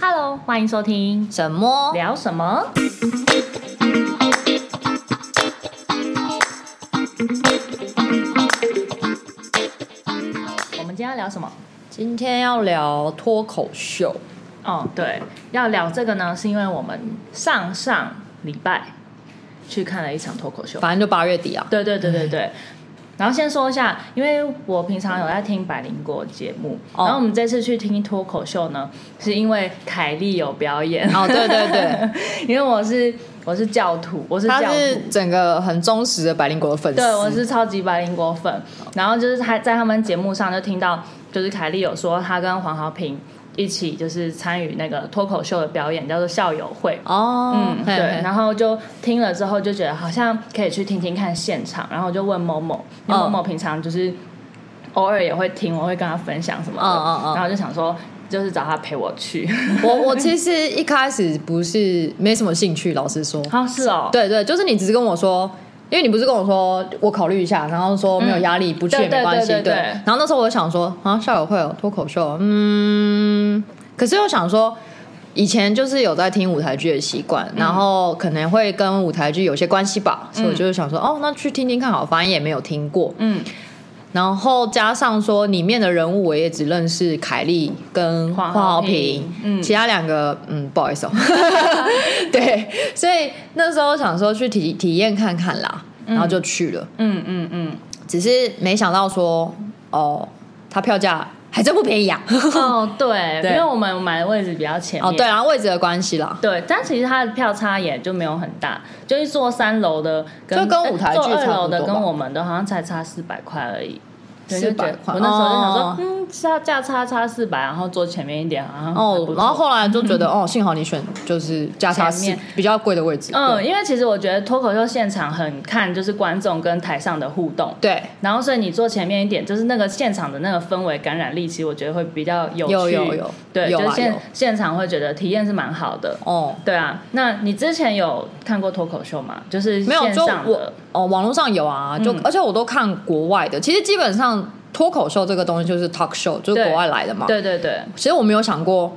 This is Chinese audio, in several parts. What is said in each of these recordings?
Hello，欢迎收听什么？聊什么？我们今天要聊什么？今天要聊脱口秀，哦，对，要聊这个呢，是因为我们上上礼拜去看了一场脱口秀。反正就八月底啊。对对对对对。然后先说一下，因为我平常有在听百灵果节目，哦然后我们这次去听脱口秀呢，是因为凯莉有表演。哦，对对对， 因为我是我是教徒，我是教他徒是。整个很忠实的百灵果的粉丝。对，我是超级白灵果粉。然后就是他在他们节目上就听到，就是凯莉有说她跟黄豪平一起就是参与那个脱口秀的表演，叫做校友会。哦，嗯，对嘿，嘿然后就听了之后就觉得好像可以去听听看现场，然后我就问某某，因为嗯某某平常就是偶尔也会听，我会跟他分享什么的，嗯嗯嗯然后就想说就是找他陪我 去，我我其实一开始不是没什么兴趣，老实说。啊是哦，对对，就是你只是跟我说，因为你不是跟我说我考虑一下，然后说没有压力，不去对也没关系。对对对对然后那时候我就想说啊，校友会有脱口秀，嗯，可是又想说。嗯以前就是有在听舞台剧的习惯，然后可能会跟舞台剧有些关系吧，所以我就是想说，哦，那去听听看好了，反正也没有听过。嗯，然后加上说里面的人物，我也只认识凯莉跟黄黄豪豪平平，嗯其他两个嗯不好意 思哦，对，所以那时候想说去体体验看看啦，然后就去了，嗯嗯嗯， 只是没想到说哦，它票价还真不便宜啊，哦， 对，对因为我们买的位置比较前面。哦对，然后位置的关系啦，对但其实它的票差也就没有很大，就是坐三楼的跟哎就跟舞台剧坐二差不楼的多跟吧我们的好像才差四百块而已。对就觉得400块我那时候就想说，哦嗯，差价差差四百，然后坐前面一点，好像还哦不，然后错嗯后来就觉得哦，幸好你选就是价差前是面比较贵的位置，嗯，嗯，因为其实我觉得脱口秀现场很看就是观众跟台上的互动，对，然后所以你坐前面一点，就是那个现场的那个氛围感染力，其实我觉得会比较有趣。有有有对，有就是啊现有现场会觉得体验是蛮好的。哦。对啊，那你之前有看过脱口秀吗？就是没有，线就上我的，哦，网络上有啊，就、嗯而且我都看国外的。其实基本上脱口秀这个东西就是 talk show，就是对国外来的嘛。对对对，其实我没有想过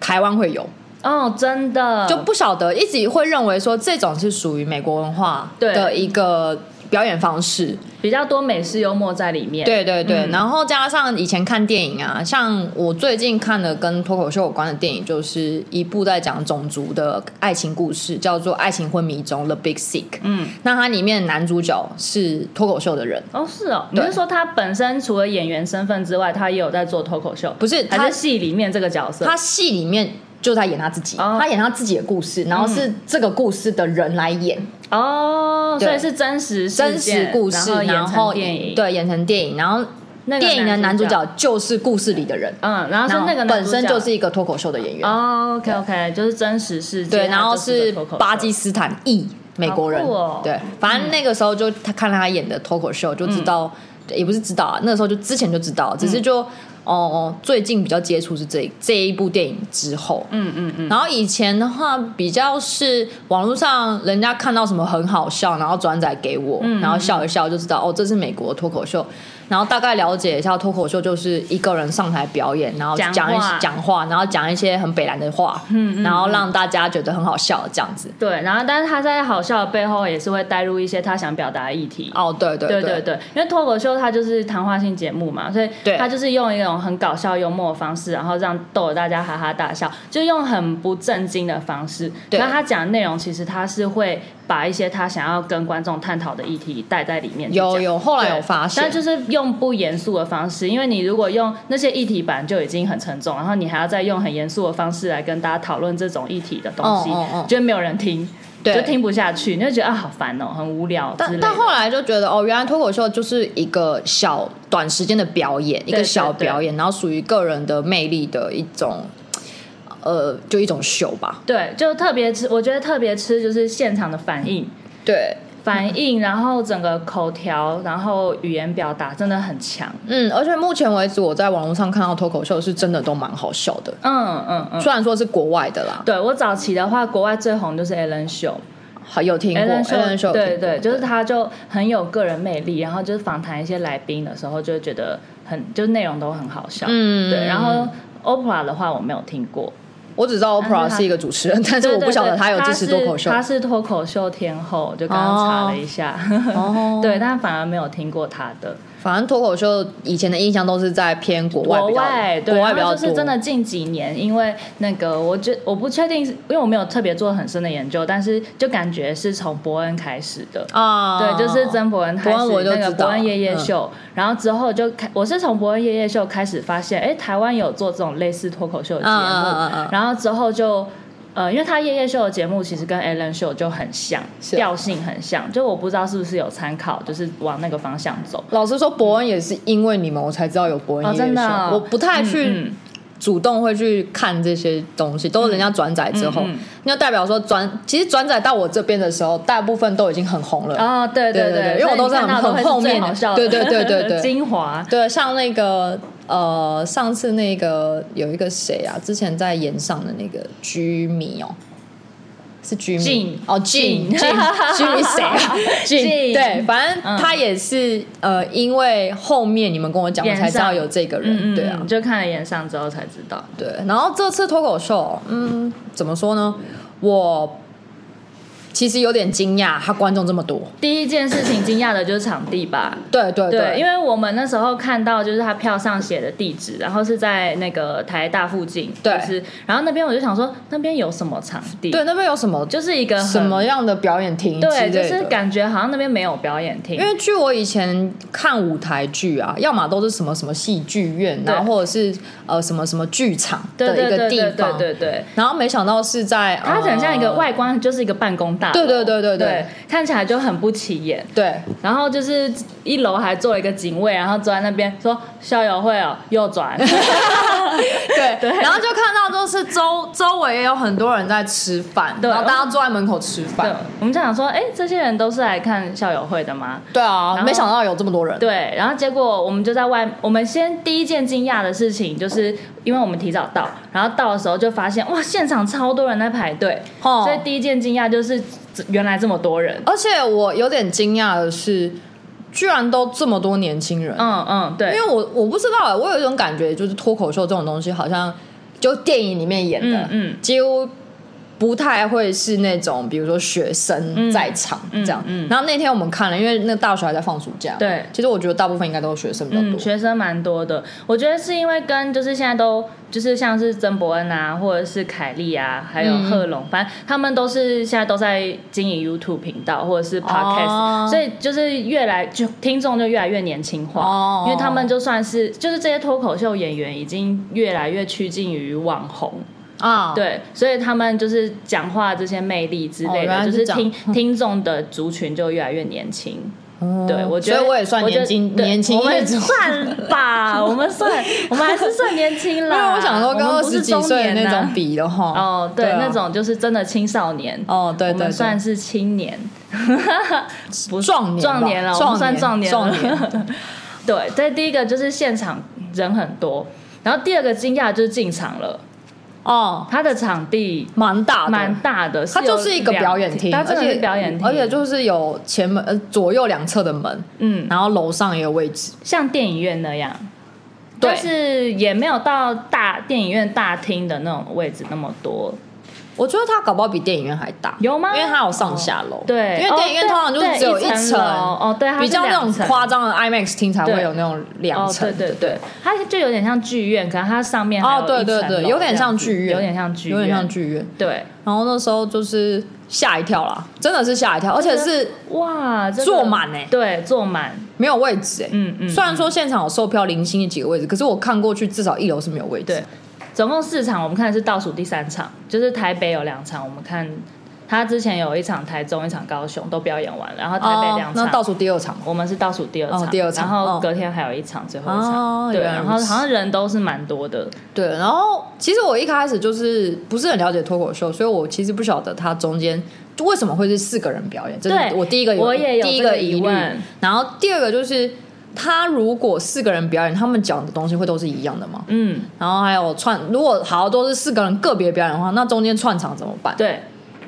台湾会有，哦，真的就不晓得一直会认为说这种是属于美国文化对的一个表演方式。比较多美式幽默在里面。，对对对，嗯然后加上以前看电影啊，像我最近看的跟脱口秀有关的电影，就是一部在讲种族的爱情故事，叫做《爱情昏迷中》（The Big Sick）。嗯，那它里面的男主角是脱口秀的人。哦是哦，你对是说他本身除了演员身份之外，他也有在做脱口秀？不是还他是戏里面这个角色？他戏里面就在演他自己，哦嗯他演他自己的故事，然后是这个故事的人来演、哦，对所以是真实事真实件故事，然然后演成电影。，对演成电影，然后那个电影的男主角，角就是故事里的人，嗯，然后是那个然后男本主身角就是一个脱口秀的演员，哦，OK OK，就是真实事件，对，然后他就是个脱口秀巴基斯坦裔美国人，好酷哦对，反正那个时候就他看了他演的脱口秀，就知嗯道、也不是知道啊，那个时候就之前就知道，只是就哦、哦最近比较接触是这这一部电影之后，嗯嗯嗯，然后以前的话，比较是网络上人家看到什么很好笑，然后转载给我，嗯然后笑一笑就知道哦，这是美国脱口秀。然后大概了解一下脱口秀，就是一个人上台表演，然后讲讲话嗯一讲话，然后讲一些很北兰的话，然后让大家觉得很好笑这样子。对，然后但是他在好笑的背后也是会带入一些他想表达的议题。哦，对对对对对，因为脱口秀它就是谈话性节目嘛，所以对它就是用一种很搞笑幽默的方式，然后让逗得大家哈哈大笑，就用很不正经的方式。对那他讲的内容其实他是会把一些他想要跟观众探讨的议题带在里面去讲。有有，后来对有发现但，就是用不严肃的方式，因为你如果用那些议题版就已经很沉重，然后你还要再用很严肃的方式来跟大家讨论这种议题的东西，嗯嗯嗯就没有人听，对就听不下去，你就觉得啊好烦哦，很无聊之类但的。但后来就觉得哦，原来脱口秀就是一个小短时间的表演，一个小表演，然后属于个人的魅力的一种，呃，就一种秀吧。对，就特别吃，我觉得特别吃就是现场的反应。对，嗯反应，然后整个口条，然后语言表达真的很强。嗯，而且目前为止我在网络上看到脱口秀是真的都蛮好笑的，嗯嗯嗯，虽然说是国外的啦，对我早期的话，国外最红就是 Ellen Show，好有听过 Ellen Show， Ellen Show 有对听过对，就是他就很有个人魅力，然后就是访谈一些来宾的时候，就会觉得很，就内容都很好笑。嗯对，然后 Oprah 的话我没有听过，我只知道但是 Oprah 他是一个主持人， 但是我不晓得他他有支持脱口秀他。是脱口秀天后，就刚刚查了一下， 哦对，但反而没有听过他的反正脱口秀以前的印象都是在偏国外国比较，外，对，国外比然较后多。就是真的近几年，因为那个我觉我不确定，因为我没有特别做很深的研究，但是就感觉是从伯恩开始的。啊，对，就是曾伯恩开伯恩始我就那个知伯道恩夜夜嗯秀，然后之后就开，我是从伯恩夜夜秀开始发现，哎，台湾有做这种类似脱口秀的节目，嗯嗯嗯嗯嗯然后之后就。呃，因为他夜夜秀的节目其实跟 Ellen Show 就很像，是调性很像，就我不知道是不是有参考，就是往那个方向走。老实说，伯恩也是因为你们我才知道有伯恩哦，夜夜秀，真的哦、我不太嗯去嗯主动会去看这些东西，都是人家转载之后，嗯嗯那就代表说转，其实转载到我这边的时候，大部分都已经很红了。啊、对对对对，因为我都所是以你很看到都很会后是最面好笑的，的，对对对对 对。精华对，啊像那个呃，上次那个有一个谁啊，之前在演上的那个居米哦，是居米 Jin 哦，居 Jin 居居米 谁啊 Jin 对，反正嗯他也是、呃，因为后面你们跟我讲，我演才知道上有这个嗯嗯，人，对啊嗯，就看了演上之后才知道。对。然后这次脱口秀，嗯，怎么说呢？我其实有点惊讶，他观众这么多，第一件事情惊讶的就是场地吧，对对对，因为为我们那时候看到就是他票上写的地址，然后是在那个台大附近，对就是，然后那边我就想说那边有什么场地，对，那边有什么就是一个很什么样的表演厅之类对，的，就是感觉好像那边没有表演厅因，为据我以前看舞台剧啊，要么都是什么什么戏剧院，对然后或者是呃什么什么剧场对的一对对个对地对方，对对。然后没想到是在它很像一个呃外观，就是一个办公大楼，对对对对对对，看起来就很不起眼。 对然后就是一楼还做了一个警卫，然后坐在那边说校友会哦，右转。对对，然后就看到就是周周围也有很多人在吃饭，对哦然后大家坐在门口吃对饭，，我们就想说，哎，这些人都是来看校友会的吗？对啊，后没想到有这么多人，对，然后结果我们就在外，我们先第一件惊讶的事情就是，因为我们提早到，然后到的时候就发现哇，现场超多人在排队，哦所以第一件惊讶就是原来这么多人。而且我有点惊讶的是，居然都这么多年轻人，嗯嗯，对，因为我我不知道、欸，我有一种感觉，就是脱口秀这种东西，好像就电影里面演的，嗯嗯几乎不太会是那种，比如说学生在场这样。嗯嗯然后那天我们看了，因为那大学还在放暑假，对其实我觉得大部分应该都是学生比较嗯，多。学生蛮多的。我觉得是因为跟就是现在都就是像是曾伯恩啊，或者是凯莉啊，还有贺嗯龙，反正他们都是现在都在经营 YouTube 频道或者是 Podcast，、哦所以就是越来就听众就越来越年轻化，哦因为他们就算是就是这些脱口秀演员已经越来越趋近于网红。啊，对，所以他们就是讲话这些魅力之哦类原的，来就是是这样听听众的族群就越来越年轻。哦对，我觉得所以我也算觉得年轻对年轻我一们族。算吧，我们 算，我们还是算年轻因啦。为我想说跟我二们不十是几岁的中年那呐种比的话，哦，对，啊那种就是真的青少年。哦，对我对们对，算是青年，不是壮年吧壮年了，我们算壮壮年年了。壮年对，这第一个就是现场人很多，然后第二个惊讶就是进场了，哦，它的场地蛮大的，蛮大的，它就是一有个两表演厅，它真而的且是表演厅，而且就是有前门、呃左右两侧的门，嗯，然后楼上也有位置。像电影院那样，对但是也没有到大电影院大厅的那种位置那么多，我觉得它搞不好比电影院还大，有吗？因为它有上下楼。对，因为电影院哦通常就是对只有对一层，楼哦，对，它是比较那种两层夸张的 IMAX 厅才会对有那种两哦，层对的。对对，它就有点像剧院，可能它上面还哦有，对一对层对，楼有点像剧这样子院，有点像剧院，有点像剧院。对，然后那时候就是吓一跳啦，真的是吓一跳，而且是哇，这个坐满欸对，坐满，没有位置哎、嗯嗯，虽然说现场有售票零星的几个位置，可是我看过去至少一楼是没有位置。对，总共四场，我们看的是倒数第三场，就是台北有两场，我们看他之前有一场台中，一场高雄都表演完了，然后台北哦两，场，那倒数第二场我们是倒数第二场，哦第二场然后哦隔天还有一场，最后一哦场，对，原来然后如此好像人都是蛮多的，对，然后其实我一开始就是不是很了解脱口秀，所以我其实不晓得它中间为什么会是四个人表演，这对是我第一个我也有第一这个个疑疑虑问。然后第二个就是，他如果四个人表演，他们讲的东西会都是一样的吗？嗯，然后还有串，如果好都是四个人个别表演的话，那中间串场怎么办？。对，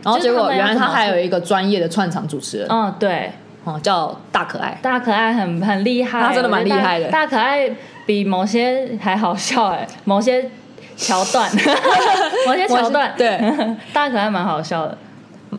然后结就是他果们要原来怎么他还有一个专业的串场主持人，嗯，对，哦，叫大可爱。大可爱很很厉害，他真的蛮厉害的欸我觉得大大可爱比某些还好笑哎、某些桥段， 某些桥段，对， 大可爱蛮好笑的，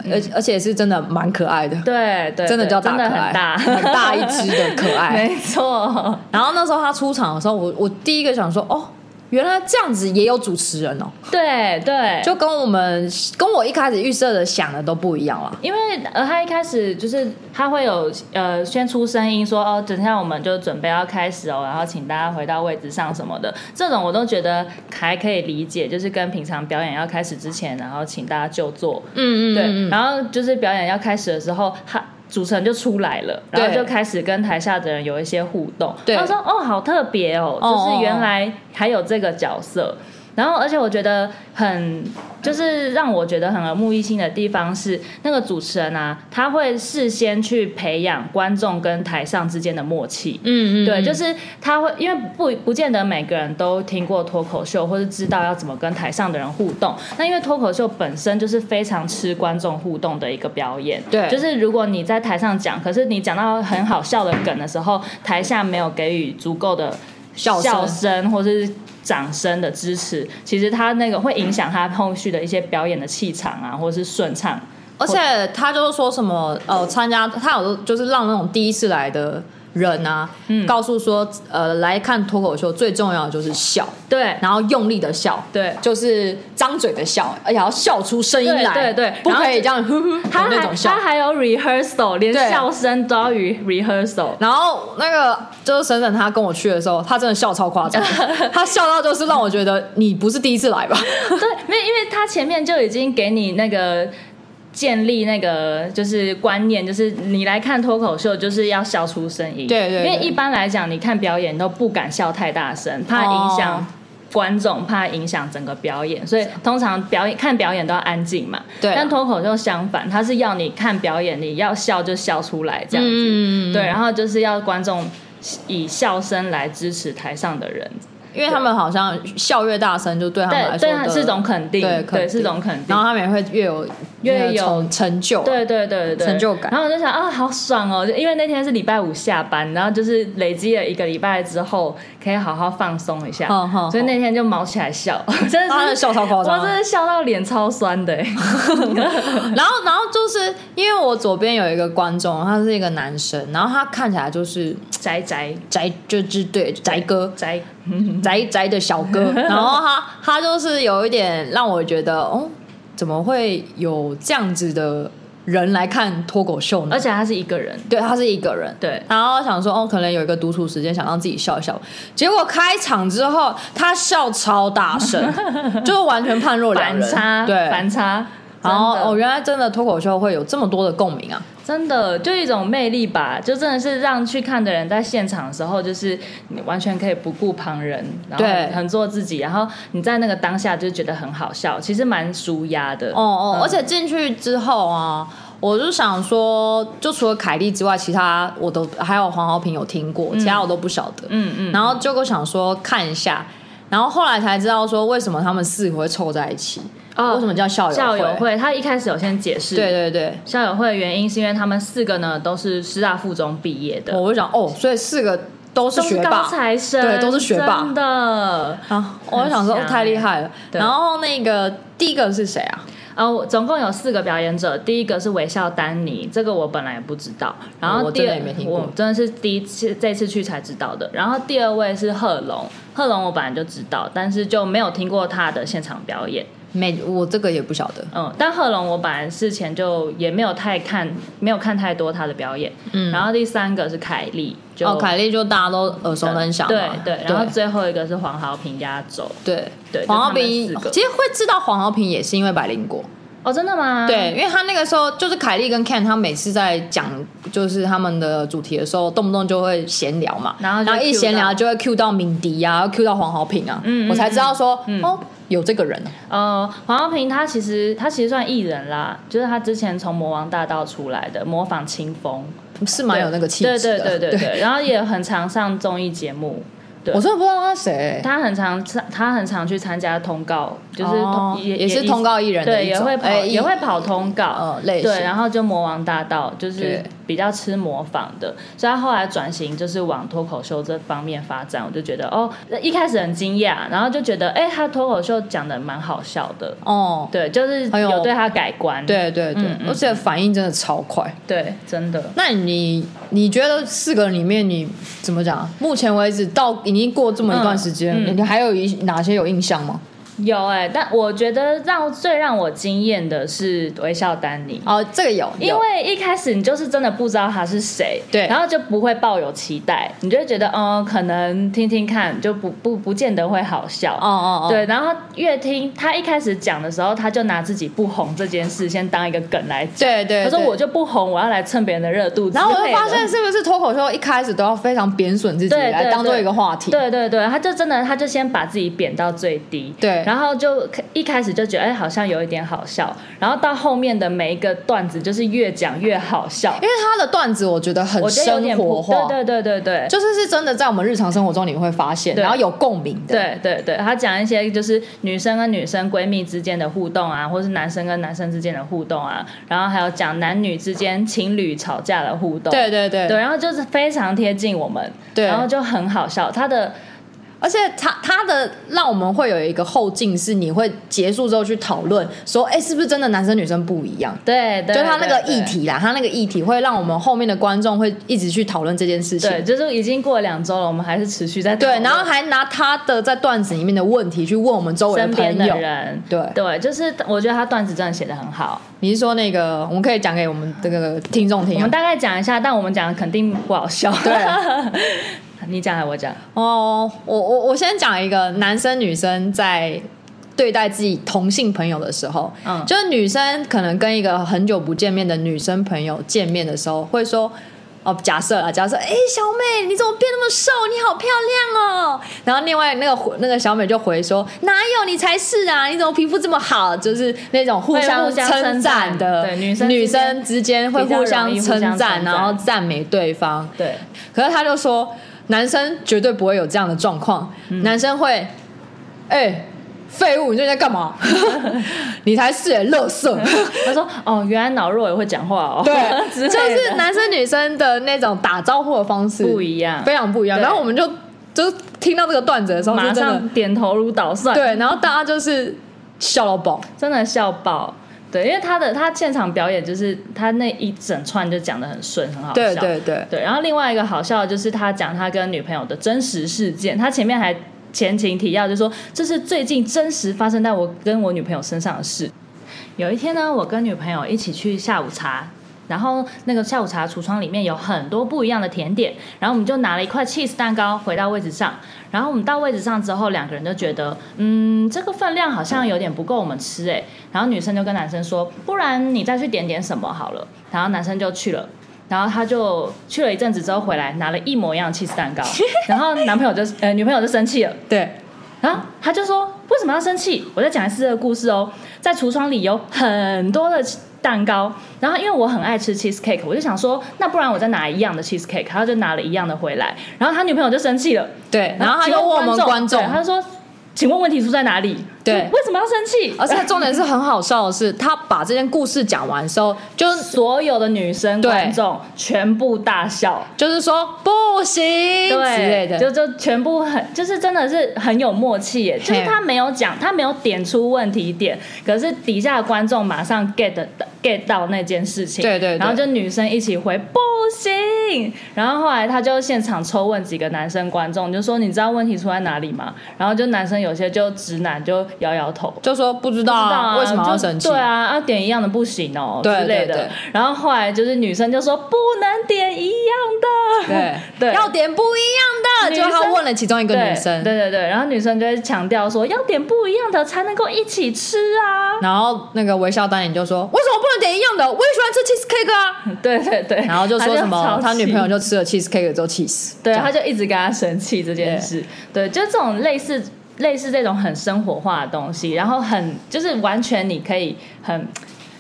而而且是真的蛮可爱的，对对，嗯真的对叫大真可的爱，很大很 大一只的可 爱。没错，然后那时候他出场的时候，我我第一个想说，哦，原来这样子也有主持人哦，对对，就跟我们跟我一开始预设的想的都不一样了。因为呃，他一开始就是他会有呃先出声音说哦，等一下我们就准备要开始哦，然后请大家回到位置上什么的，这种我都觉得还可以理解，就是跟平常表演要开始之前，然后请大家就坐，嗯嗯，对，嗯嗯然后就是表演要开始的时候，他主持人就出来了，对然后就开始跟台下的人有一些互动。对他说：“哦，好特别哦，哦就是原来还有这个角色。”然后，而且我觉得很，就是让我觉得很耳目一新的地方是，那个主持人啊，他会事先去培养观众跟台上之间的默契。嗯嗯，对，就是是他会，因为不不见得每个人都听过脱口秀，或是知道要怎么跟台上的人互动。那因为脱口秀本身就是非常吃观众互动的一个表演，对就是如果你在台上讲，可是你讲到很好笑的梗的时候，台下没有给予足够的笑声笑声或是掌声的支持，其实他那个会影响他后续的一些表演的气场啊，或是顺畅。而且他就是说什么呃，参加他有就是让那种第一次来的人啊，告诉说呃，来看脱口秀最重要的就是笑，对然后用力的笑，对就是张嘴的笑，而且要笑出声音来，对对对不然后可以这样呼呼的他那还种笑他。还有 rehearsal，连对笑声都要 re rehearsal。然后那个就是沈沈他跟我去的时候，他真的笑超夸 张，他笑到就是让我觉得你不是第一次来吧？对， 没有，因为他前面就已经给你那个建立那个就是观念，就是你来看脱口秀就是要笑出声音。对对对因为一般来讲，你看表演都不敢笑太大声，怕影响。哦观众怕影响整个表演，所以通常表演看表演都要安静嘛。对啊但脱口秀相反，它是要你看表演，你要笑就笑出来这样子。嗯，对，然后就是要观众以笑声来支持台上的人，因为他们好像笑越大声，就对他们来对，说对的，是种肯定，啊对肯定是种肯定。然后他们也会越有越有有成就，啊对对对对对，成就感然后我就想啊，好爽哦！就因为那天是礼拜五下班，然后就是累积了一个礼拜之后，可以好好放松一下，嗯嗯所以那天就毛起来笑， 真他的的是笑超夸张我真的笑到脸超酸的欸。 然后，然后就是因为我左边有一个观众，他是一个男生，然后他看起来就是宅宅宅，就是对宅哥，宅，宅宅的小 哥。然后他他就是有一点让我觉得，哦，怎么会有这样子的人来看脱口秀呢而？且他是一个人，对他是一个人，对然后想说，哦，可能有一个独处时间，想让自己笑一笑。结果开场之后，他笑超大声， 就是完全判若两反人，差对，反差，然后真的哦，原来真的脱口秀会有这么多的共鸣啊！真的就一种魅力吧，就真的是让去看的人在现场的时候，就是你完全可以不顾旁人，然后对很很做自己，然后你在那个当下就觉得很好笑，其实蛮舒压的。哦哦，而且进去之后啊，我就想说，就除了凯莉之外，其他我都还有黄豪平有听过，其他我都不晓得。嗯嗯，然后就我想说看一下，然后后来才知道说为什么他们四个会凑在一起，哦为什么叫校友校友会？会他一开始有先解释，对对对，校友会的原因是因为他们四个呢都是师大附中毕业的，我就想哦，所以四个都是都是学高霸。材生，对都是学霸真的。啊！我就想说、很哦强太厉害了。对然后那个第一个是谁啊？呃，我总共有四个表演者，第一个是微笑丹尼，这个我本来也不知道，然哦后我第真二、的也没听过我真的是第一次这次去才知道的。然后第二位是贺龙，贺龙我本来就知道，但是就没有听过他的现场表演。没，我这个也不晓得。嗯，但贺龙我本来事前就也没有太看，没有看太多他的表演。嗯，然后第三个是凯莉，就哦，凯莉就大家都耳熟能详嘛。对对，然后最后一个是黄豪平加周。对对黄豪就平他们四个其实会知道黄豪平也是因为百灵果，哦，真的吗？对，因为他那个时候就是凯莉跟 Ken，他每次在讲就是他们的主题的时候，动不动就会闲聊嘛，然后就然后一 cue 闲聊到就会 Q 到敏迪啊，Q 到黄豪平啊，嗯嗯我才知道说、哦有这个人，呃，黄耀平他其实他其实算艺人啦，就是他之前从魔王大道出来的，模仿清风，是蛮有那个气质的，对对对对对，然后也很常上综艺节目。对我真的不知道他是谁。他很常参，他很常去参加通告，就是通、哦也也是通告艺人的对，一也种会跑、哎也艺会跑通告，呃类对，型然后就魔王大道就是对比较吃模仿的，所以他后来转型就是往脱口秀这方面发展，我就觉得哦，一开始很惊讶，然后就觉得哎、他脱口秀讲的蛮好笑的，哦，对，就是哎呦有对他改观，对对对，嗯嗯而且反应真的超快。对，真的。那你你觉得四个里面你怎么讲？目前为止到已经过这么一段时间，嗯嗯你还有一哪些有印象吗？有哎、但我觉得让最让我惊艳的是微笑丹尼，哦，这个有，因有为一开始你就是真的不知道他是谁，对然后就不会抱有期待，你就会觉得，嗯，可能听听看，就不不不见得会好笑。哦哦哦，对，然后越听他一开始讲的时候，他就拿自己不红这件事先当一个梗来讲。对对，他说对我就不红，我要来蹭别人的热度之类的。然后我就发现，是不是脱口秀一开始都要非常贬损自己，对对来当做对一个话题？对对对，他就真的，他就先把自己贬到最低，对然后就一开始就觉得哎，好像有一点好笑，然后到后面的每一个段子就是越讲越好笑，因为他的段子我觉得很我觉得有哎生点活普化，对对对对对。就是是真的在我们日常生活中你会发现，对然后有共鸣的。对对对，他讲一些就是女生跟女生闺蜜之间的互动啊，或是男生跟男生之间的互动啊，然后还有讲男女之间情侣吵架的互动，对对对对，然后就是非常贴近我们，对然后就很好笑。他的而且他他的让我们会有一个后劲，是你会结束之后去讨论说，哎，是不是真的男生女生不一样？对，对就他那个对议题啦，他那个议题会让我们后面的观众会一直去讨论这件事情。对，就是已经过了两周了，我们还是持续在讨对，论然后还拿他的在段子里面的问题去问我们周围身的边朋的友。人，对对，就是我觉得他段子真的写的很好。你是说那个，我们可以讲给我们这个听众我听们啊？大概讲一下，但我们讲的肯定不好笑。对， 你讲还啊是我讲？哦，我我我先讲一个男生女生在对待自己同性朋友的时候，嗯就是女生可能跟一个很久不见面的女生朋友见面的时候，会说。哦，假设啊，假设，哎、小美，你怎么变那么瘦？你好漂亮哦。然后另外那个回那个小美就回说，哪有你才是啊？你怎么皮肤这么好？就是那种互会相互相称称赞赞的，对女生女之间生之间会比较互容相易互相称赞，称赞然后赞美对方。对，可是他就说，男生绝对不会有这样的状况，嗯男生会，哎、废物，你最近在干 嘛？你才是、欸，乐色。他说：“哦，原来脑弱也会讲话哦。”对， 之类的就是男生女生的那种打招呼的方式不一样，非常不一样。对然后我们就就听到这个段子的时候，马就真的上点头如捣蒜，，对，然后大家就是笑到爆。真的笑爆。对，因为他的他现场表演就是他那一整串就讲的很顺，很好笑。对对对，对，然后另外一个好笑的就是他讲他跟女朋友的真实事件，他前面还前情提要就说这是最近真实发生在我跟我女朋友身上的事。有一天呢，我跟女朋友一起去下午茶。然后那个下午茶橱窗里面有很多不一样的甜点，然后我们就拿了一块 cheese 蛋糕回到位置上。然后我们到位置上之后，两个人就觉得，嗯，这个分量好像有点不够我们吃诶。然后女生就跟男生说，不然你再去点点什么好了。然后男生就去了。然后他就去了一阵子之后回来，拿了一模一样的 cheese 蛋糕， 然后男朋友就呃女朋友就生气了，对，然后他就说为什么要生气？我再讲一次这个故事哦，在橱窗里有很多的蛋糕，然后因为我很爱吃 cheese cake，我就想说那不然我再拿一样的 cheese cake，他就拿了一样的回来，然后他女朋友就生气了，对，然后他又问我们观众对，他就说请问问题出在哪里？对就为什么要生气？而且重点是很好笑的是，他把这件故事讲完之后，就是所有的女生对观众全部大笑，就是说不行之对类的，就就全部很就是真的是很有默契耶，就是他没有讲，他没有点出问题点，可是底下的观众马上 get 得 get 到那件事情，对对对然后就女生一起回不行，然后后来他就现场抽问几个男生观众，就说你知道问题出在哪里吗？然后就男生有些就直男就摇摇头，就说不知不道知道啊，为什么要生气，就对啊，要点一样的不行哦对之类对的对。然后后来就是女生就说不能点一样的，对 对，要点不一样的，女就生他问了其中一个对女生，对对对，然后女生就会强调说要点不一样的才能够一起吃啊， 然后那个微笑丹尼就说为什么不能点一样的？我也喜欢吃 cheese cake 啊，对对对，然后就说什她么就他超气女朋友就吃了 cheese cake 之后 cheese，对，啊这样他就一直跟他生气这件事，对，就这种类似类似这种很生活化的东西，然后很就是完全你可以很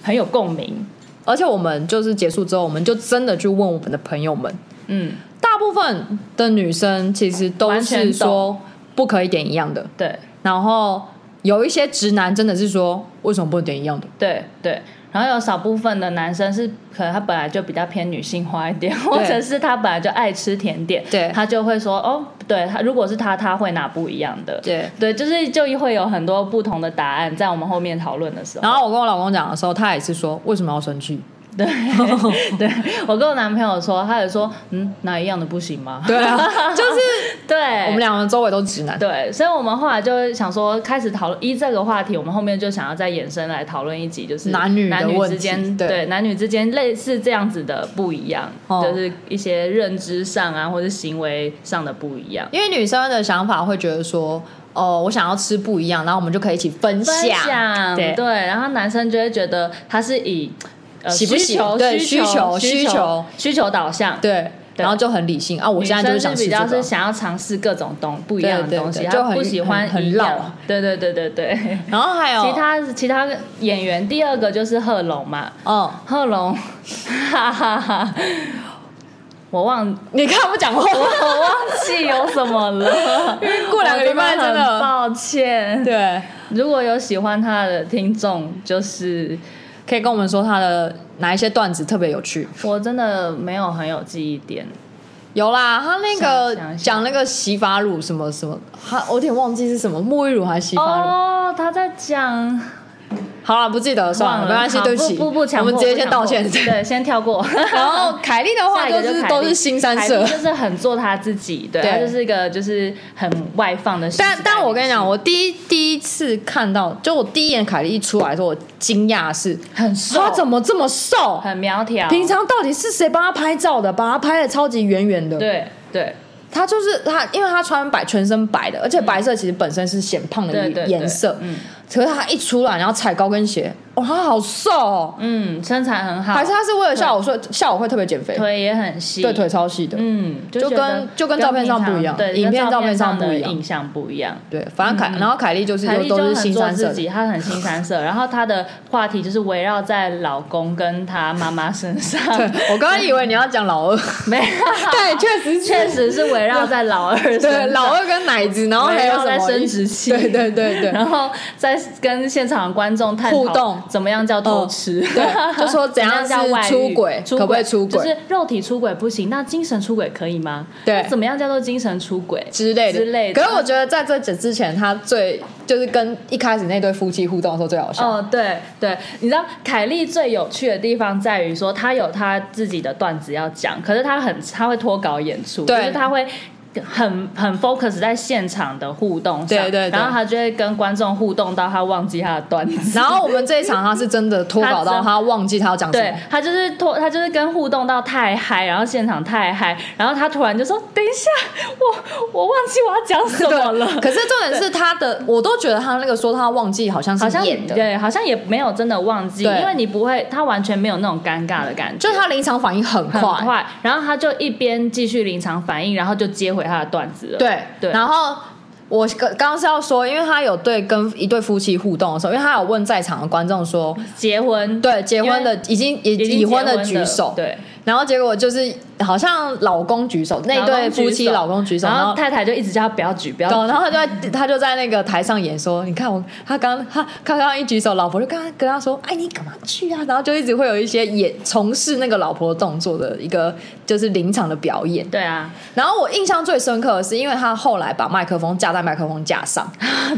很有共鸣，嗯而且我们就是结束之后，我们就真的去问我们的朋友们，嗯，大大部分的女生其实都完全是懂说不可以点一样的，对然后有一些直男真的是说为什么不能点一样的？对对。然后有少部分的男生是可能他本来就比较偏女性化一点， 或者是他本来就爱吃甜点，对他就会说哦，对他如果是他，他会拿不一样的，对对，就是就会有很多不同的答案，在我们后面讨论的时候。然后我跟我老公讲的时候，他也是说为什么要生气？对 对，我跟我男朋友说，他也说，嗯，哪一样的不行吗？对 啊，就是对，我们两个周围都直男。对，所以我们后来就想说，开始讨论依这个话题，我们后面就想要再延伸来讨论一集，就是男女的男女问之题间，对男女之间类似这样子的不一样，哦就是一些认知上啊，或者行为上的不一样。因为女生的想法会觉得说，哦，我想要吃不一样，然后我们就可以一起分享，分享对然后男生就会觉得他是以呃喜不喜需求对需求需求需求求需求导向，对，然后就很理性啊，我女现在就生是想是比吃这较是个。想要尝试各种东不一样的对对东西，对他就很不喜欢很很哦一样绕对对对对对。然后还有其，他其他演员，第二个就是贺龙嘛，嗯，贺龙， 哈哈哈，我忘你看不讲话，我忘记有什么了， 过两个礼我拜真真很的，抱歉。对，如果有喜欢他的听众，就是可以跟我们说他的哪一些段子特别有趣。我真的没有很有记忆点，有啦，他那想想个一下讲那个洗发乳什么什么，他我有点忘记是什么沐浴乳还是洗发乳。哦，他在讲好了，不记得了算忘了，了，没关系，好对起，不不不强我迫，们直接先不强道迫歉。对，先跳过。 然后凯莉的下话一个是凯莉都是新三凯社莉，就是很做他自己，对，对他就是一个就是很外放的。但但我跟你讲，，我第一第一次看到，就我第一眼凯莉一出来的时候，我惊讶的是很瘦她怎么这么瘦？很苗条，平常到底是谁帮她拍照的？把她拍的超级圆圆的。，对对她就是她，因为她穿白全身白的，而且白色其实本身是显胖的对一个对颜色对。嗯可是她一出来，然后踩高跟鞋，哇、她好瘦哦！嗯，身材很好，还是她是为了下午睡，下午会特别减肥？腿也很细，对，腿超细的。嗯，就就觉得跟就跟照片上平常不一样对，影跟片照照片上上不一样的印象不一样。对，反正凯，然后凯莉就是嗯凯莉都就是很新做三色自的己，她很新三色，然后她的话题就是围绕在老公跟她妈妈身上， 对我刚刚以为你要讲老二， 没有，对， 确实是确实是围绕在老二身上，对老二跟奶子，然后还有 什在么生殖器，对对对 对，然后再跟现场观众探讨互动哦怎么样叫偷吃，对 就说怎样是叫外遇出轨出轨可不可以出轨就是肉体出轨不行，那精神出轨可以吗？对那怎么样叫做精神出轨？之类的之类的可是我觉得在这之前，他最就是跟一开始那对夫妻互动的时候最好笑。哦，对对，你知道凯莉最有趣的地方在于说，她有她自己的段子要讲，可是她很她会脱稿演出，对就是她会。很很 focus 在现场的互动上，对对对然后她就会跟观众互动到她忘记她的段 子，然后我们这一场，他是真的脱稿他到真他忘记他要讲什 对么。他就是突，他就是跟互动到太嗨，然后现场太嗨，然后他突然就说：“等一下，我我忘记我要讲什么了。 可是重点是他的，我都觉得他那个说他忘记好像”好是像演的，对，好像也没有真的忘记，对因为你不会，他完全没有那种尴尬的感觉就是。他临场反应很很快，快，然后他就一边继续临场反应，然后就接回他的段子了。对对，然后我刚刚刚是要说，因为他有对跟一对夫妻互动的时候，因为他有问在场的观众说，结婚，对结婚的已经已已经已婚结的举手，。对，然后结果就是好像老公举手，那老对公举夫妻手老公举手，然然后后。太太就一直叫他不要举，不要举然后他就在他就在那个台上演说，你看我他刚他他刚刚一举手，老婆就跟他跟他说：“哎，你干嘛去啊？”然后就一直会有一些演从事那个老婆动作的一个就是临场的表演。对 啊，然后我印象最深刻的是，因为他后来把麦克风架在麦克风架上，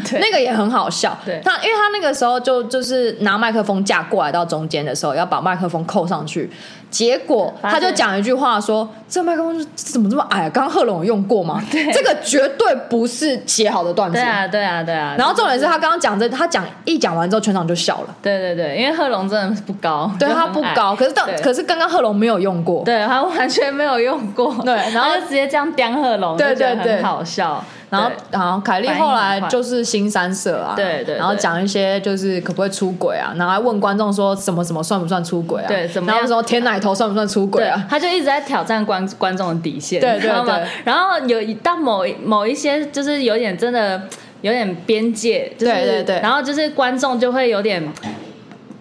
对那个也很好笑。对他因为他那个时候就就是拿麦克风架过来到中间的时候，要把麦克风扣上去，结果发他现就讲一句话说：“这麦克风是怎么这么矮、啊？刚刚贺龙有用 过吗？这个绝对不是写好的段子。对啊，对啊，对啊。然后重点是他刚刚讲这，他讲一讲完之后，全场就笑了。对对对，因为贺龙真的不高，对就他很不矮高，可是到对可是刚刚贺龙没有用过， 对他完全没有用过，对然后他就直接这样叼贺龙，对就觉得对对很好笑。然后对，然后凯莉反应后来很快就是新三社啊，对对对然后讲一些就是可不可以出轨啊，然后还问观众说什么什么算不算出轨啊？对怎么样然后说舔奶头算不算出轨对啊？，他就一直在挑战观观众的底线，对你知道吗对对？然后有一到某一某一些，就是有点真的有点边界，就是对对对然后就是观众就会有点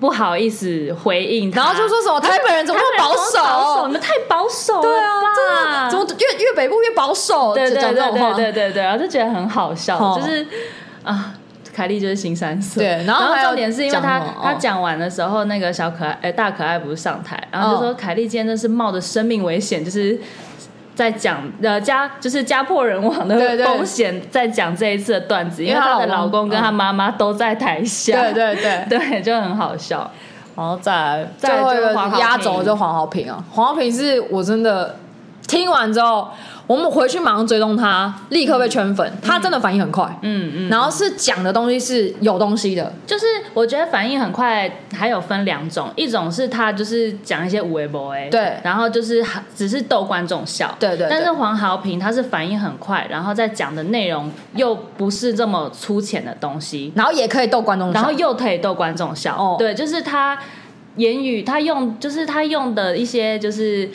不好意思回应他，然后就说什么台北人怎么那么台保北人怎么保守，你？守哎们太保守了对啊，真吧的怎么越越北部越保守？对对哦讲对这种话对对对对，然后就觉得很好笑，哦就是啊。凯莉就是新三色，对然然后还有重点是因为讲她什么哦她讲完的时候，那个小可爱，哎，大可爱不是上台，然后就说哦凯莉今天真是冒着生命危险，就是在讲呃家就是家破人亡的对对风险，在讲这一次的段子，因为因为她她的老公老公跟嗯她妈妈都在台下，对对对， 对对，就很好笑。然后再来再来最后一就是个黄浩压平轴就黄豪平啊，黄豪平是我真的听完之后，我们回去马上追踪他，立刻被圈粉，他真的反应很快，嗯嗯，然后是讲的东西是有东西的，就是我觉得反应很快，还有分两种，一种是他就是讲一些无为博哎，对然后就是还只是逗观众笑，对对对但是黄豪平他是反应很快，然后再讲的内容又不是这么粗浅的东西，然后也可以逗观众笑，然后又可以逗观众笑，哦对，就是他言语他用就是他用的一些就是。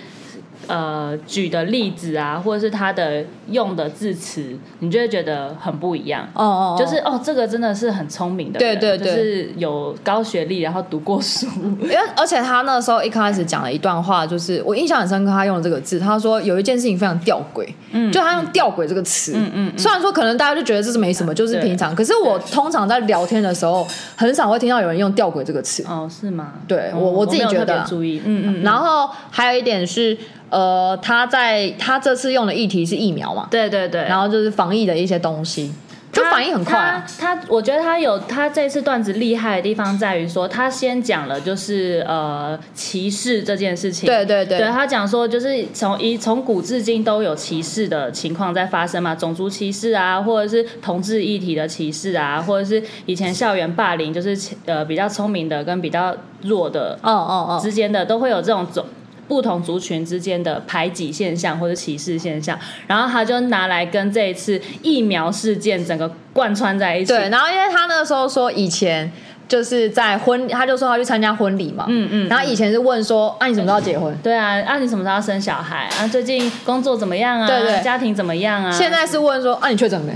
呃，举的例子啊，或者是他的用的字词，你就会觉得很不一样。哦哦，哦就是哦，这个真的是很聪明的人，对对嗯对就是有高学历，然后读过书，因为而且他那时候一开始讲了一段话，就是我印象很深刻，他用了这个字，他说有一件事情非常吊诡，嗯，就他用吊诡这个词，嗯嗯，虽然说可能大家就觉得这是没什么，就是平常，可是我通常在聊天的时候，很少会听到有人用吊诡这个词， 哦，是吗？对哦我我我自己没有觉得特啊别注意，嗯嗯，然后还有一点是，呃，他在他这次用的议题是疫苗嘛，对对对，然后就是防疫的一些东西，就反应很快、啊，他。他他我觉得他有他这次段子厉害的地方在于说，他先讲了就是呃歧视这件事情。对对对他讲说就是从一从古至今都有歧视的情况在发生嘛，种族歧视啊，或者是同志议题的歧视啊，或者是以前校园霸凌，就是呃比较聪明的跟比较弱的哦哦之间的都会有这种种不同族群之间的排挤现象或者歧视现象，然后他就拿来跟这一次疫苗事件整个贯穿在一起。对，然后因为他那时候说以前就是在婚，他就说他去参加婚礼嘛，嗯嗯，然后以前是问说，啊你什么时候要结婚？对啊，啊你什么时候要生小孩？啊最近工作怎么样啊？对对家庭怎么样啊？现在是问说，啊你确 诊没？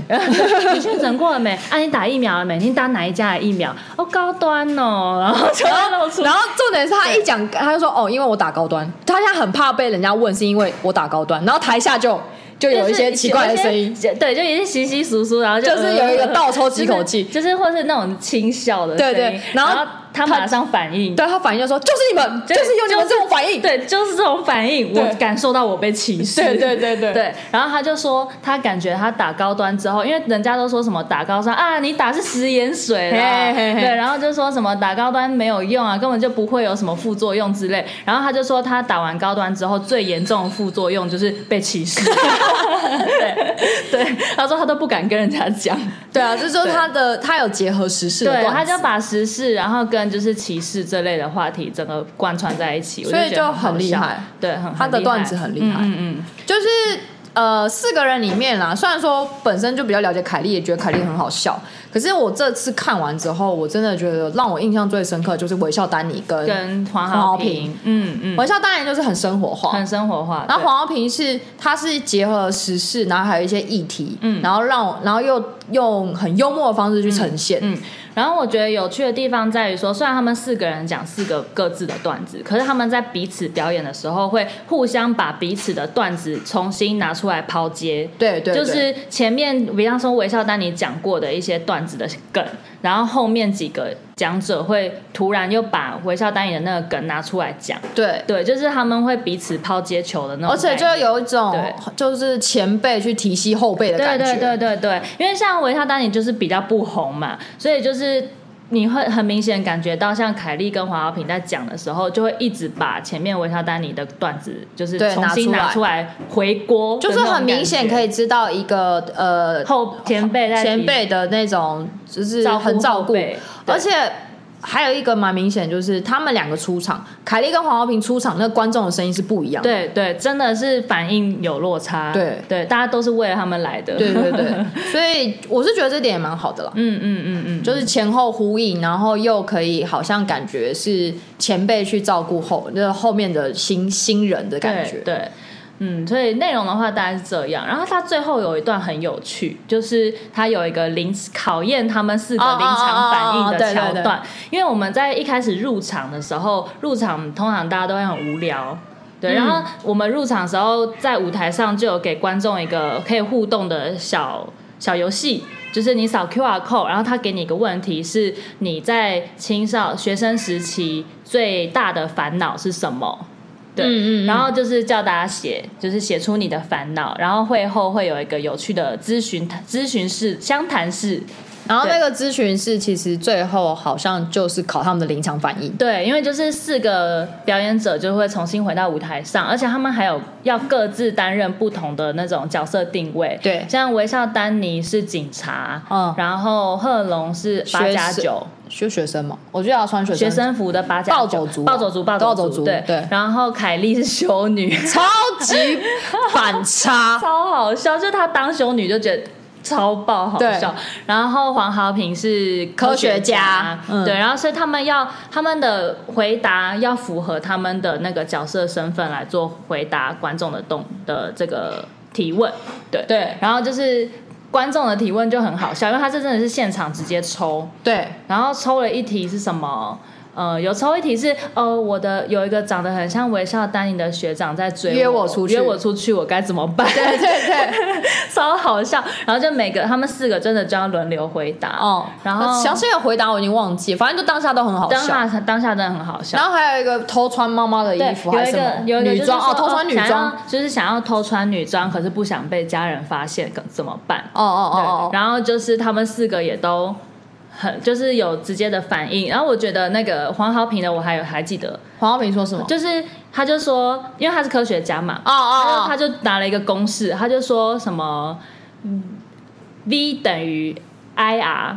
你确诊过了没？啊你打疫苗了没？你打哪一家的疫苗？哦高端哦， 然后就会露 出然后重点是他一讲，他就说哦，因为我打高端，他现在很怕被人家问，是因为我打高端，然后台下就就有一些奇怪的声音，，对，就有一些稀稀疏疏，然后就就是有 一个倒抽几口气就是就是或是那种轻笑的声音，对对然然后他马上反应，对他反应就说就是你们，就对是有你们这种反应，对，就是这种反应，对我感受到我被歧视。对对对对对，然后他就说，他感觉他打高端之后，因为人家都说什么打高端啊，你打是食盐水啦，嘿嘿嘿对，然后就说什么打高端没有用啊，根本就不会有什么副作用之类。然后他就说，他打完高端之后，最严重的副作用就是被歧 视。对对，他说他都不敢跟人家讲。对啊，这就是他的他有结合时事的对，他段子就把时事，然后跟就是歧视这类的话题，整个贯穿在一起，我所以觉得就很很厉好笑害，对，很他的段子很厉害嗯嗯嗯，就是呃，四个人里面啦，虽然说本身就比较了解凯莉，也觉得凯莉很好笑，可是我这次看完之后，我真的觉得让我印象最深刻就是微笑丹尼跟跟黄黄豪豪平平，嗯嗯，微笑丹尼就是很生活化，很生活化。哦然后对黄浩平是他是结合时事，然后还有一些议题，嗯，然后让我然后又用很幽默的方式去呈现，嗯，然后我觉得有趣的地方在于说，虽然他们四个人讲四个各自的段子，可是他们在彼此表演的时候，会互相把彼此的段子重新拿出来抛接，对对对，就是前面比方说微笑丹尼讲过的一些段子的梗，然后后面几个讲者会突然又把微笑丹尼的那个梗拿出来讲，对。对，就是他们会彼此抛接球的那种而概念，且就有一种对就是前辈去提携后辈的对感觉，对对对对，因为像维他丹尼就是比较不红嘛，所以就是。你会很明显感觉到，像凯莉跟黄浩平在讲的时候，就会一直把前面维他丹尼的段子，就是对重新拿拿出出来回锅，就是很明显可以以知道一个呃后前辈在提前辈的那种，就是照顾很照后顾辈，对而且。还有一个蛮明显，就是他们两个出场，凯莉跟黄浩平出场，那观众的声音是不一样的。对对，真的是反应有落差，对对，大家都是为了他们来的，对 对 对，所以我是觉得这点也蛮好的啦。嗯嗯嗯嗯，就是前后呼应，然后又可以好像感觉是前辈去照顾后，就是后面的新新人的感觉。对。对嗯，所以内容的话大概是这样。然后他最后有一段很有趣，就是他有一个临考验他们哦四个临场反应哦哦哦哦哦对的对桥对段。因为我们在一开始入场的时候，入场通常大家都会很无聊。嗯对，然后我们入场的时候，在舞台上就有给观众一个可以互动的小小游戏，就是你扫 QR code，然后他给你一个问题，是你在青少学生时期最大的烦恼是什么？对，嗯嗯嗯然后就是叫大家写，就是写出你的烦恼，然后会后会有一个有趣的咨询咨询室、相谈室，然后对那个咨询室其实最后好像就是考他们的临场反应。对，因为就是四个表演者就会重新回到舞台上，而且他们还有要各自担任不同的那种角色定位。对像微笑丹尼是警察，嗯然后贺龙是八学加生九。就学生嘛，我就要穿学学生生服的八加暴九走族哦暴走族，暴走暴走族，族对对然后凯莉是修 女，超级反差，超好笑，就她当修女就觉得。超爆好笑对，然后黄豪平是科学科学家嗯对，然后所以他们要他们的回答要符合他们的那个角色身份来做回答观众的动的这个提问，对对然后就是观众的提问就很好笑，因为他这真的是现场直接抽， 对，然后抽了一题是什么？呃，有抽一题是，呃，我的有一个长得很像微笑丹尼的学长在追约我我出去约我出去，我该怎么办？对对对， 超好笑。然后就每个他们四个真的就要轮流回答，哦，然后详细的回答我已经忘记，反正就当下都很好当笑。下当下真的很好笑然。后还有一个偷穿妈妈的对衣，服，有还一是什个么有一个女就装是说哦，偷穿女想要装，就是想要偷穿女装，可是不想被家人发现，可怎么办？哦哦哦哦对哦，然后就是他们四个也都很就是有直接的反应。然后我觉得那个黄豪平的我还有还记得，黄浩平说什么？就是他就说，因为他是科学家嘛，哦然后哦他哦，就拿了一个公式，他就说什么，嗯，v 等于 ir。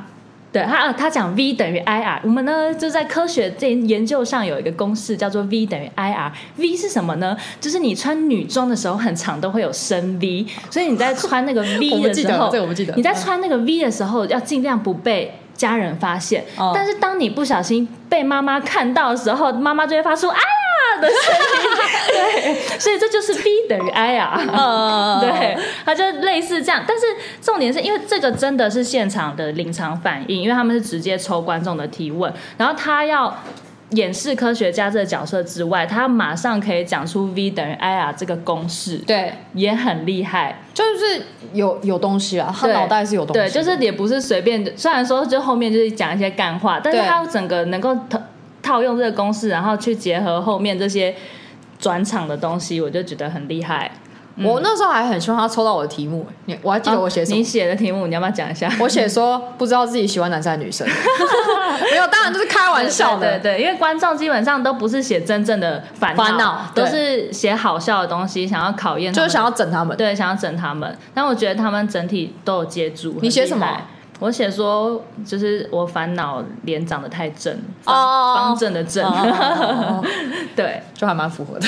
对他，啊他讲 v 等于 ir，我们呢就在科学这研究上有一个公式叫做 v 等于 ir。v 是什么呢？就是你穿女装的时候，很长都会有深 v，所以你在穿那个 我 v 不的记时得候，这个我不记得你在穿那个 v 的时候，要尽量不被家人发现。哦但是当你不小心被妈妈看到的时候，妈妈就会发出哎呀的声音。对，所以这就是 v 等于 i 啊。 呃，对，它就类似这样，但是重点是因为这个真的是现场的临场反应，因为他们是直接抽观众的提问，然后他要演示科学家这个角色之外，他马上可以讲出 v 等于 i r 这个公式，对，也很厉害。就是有有东西啊，他对脑袋是有东西的，对，就是也不是随便的，虽然说就后面就是讲一些干话，但是对他整个能够套套用这个公式，然后去结合后面这些转场的东西，我就觉得很厉害。我那时候还很希望他抽到我的题目，你我还记得我写什啊么你。写的题目，你要不要讲一下？我写说不知道自己喜欢男生还 是女生，没有，当然就是开玩笑的。对对对，因为观众基本上都不是写真正的烦恼，烦恼都对是写好笑的东西，想要考验他就们，是想要整他们。对想要整他们。但我觉得他们整体都有接住。很你写什么厉害？我写说，就是我烦恼脸长得太正，哦哦哦方正的正，哦哦哦哦 对就还蛮符合的。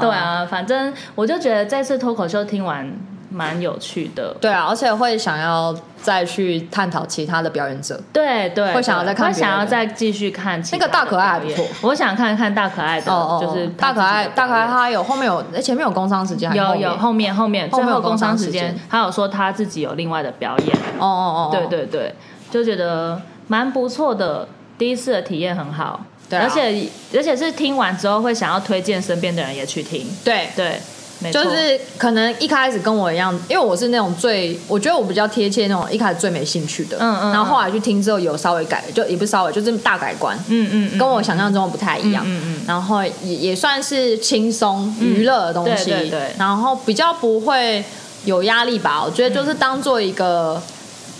对啊，反正我就觉得这次脱口秀听完蛮有趣的，对啊，而且会想要再去探讨其他的表演者。对对，会想要再看会别人想要的再继续看其那个他大的可爱还表不演错哦我想看看大可爱的，就是他大可自己爱，的大可表爱，演他有后面有，哎，前面有工伤时间，还是有后面哦有，后面后面后最面有后工工伤伤时时间间，他有说他自己有另外的表演，哦哦哦，对对对，就觉得蛮不错的，第一次的体验很好，对啊而且而且是听完之后会想要推荐身边的人也去听，对。对，没错，就是可能一开始跟我一样，因为我是那种最，我觉得我比较贴切那种一开始最没兴趣的，嗯嗯然后后来去听之后有稍微改，就也不是稍微，就是大改观，嗯嗯嗯，跟我想象中的不太一样，嗯嗯然后也也算是轻松娱乐的东西，嗯对对对然后比较不会有压力吧，我觉得就是当做一个、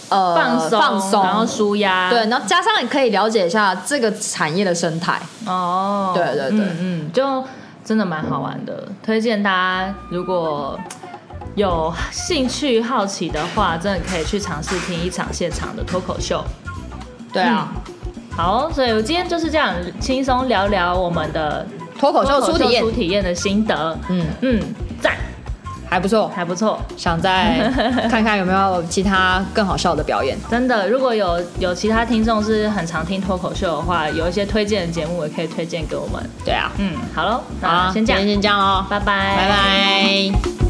呃放松放松，然后舒压，对，然后加上也可以了解一下这个产业的生态，哦，对对对嗯，嗯就真的蛮好玩的，推荐大家如果有兴趣好奇的话，真的可以去尝试听一场现场的脱口秀。对啊，嗯好，所以我今天就是这样轻松聊聊我们的脱口脱秀哦口初秀体验初，体验的心得。嗯，嗯，赞。还不错，还不错。 想再看看有没有其他更好笑的表演。真的，如果有有其他听众是很常听脱口秀的话，有一些推荐的节目也可以推荐给我们。对啊，嗯，好喽，好那，先这样，哦今天先这样喽，拜拜，拜拜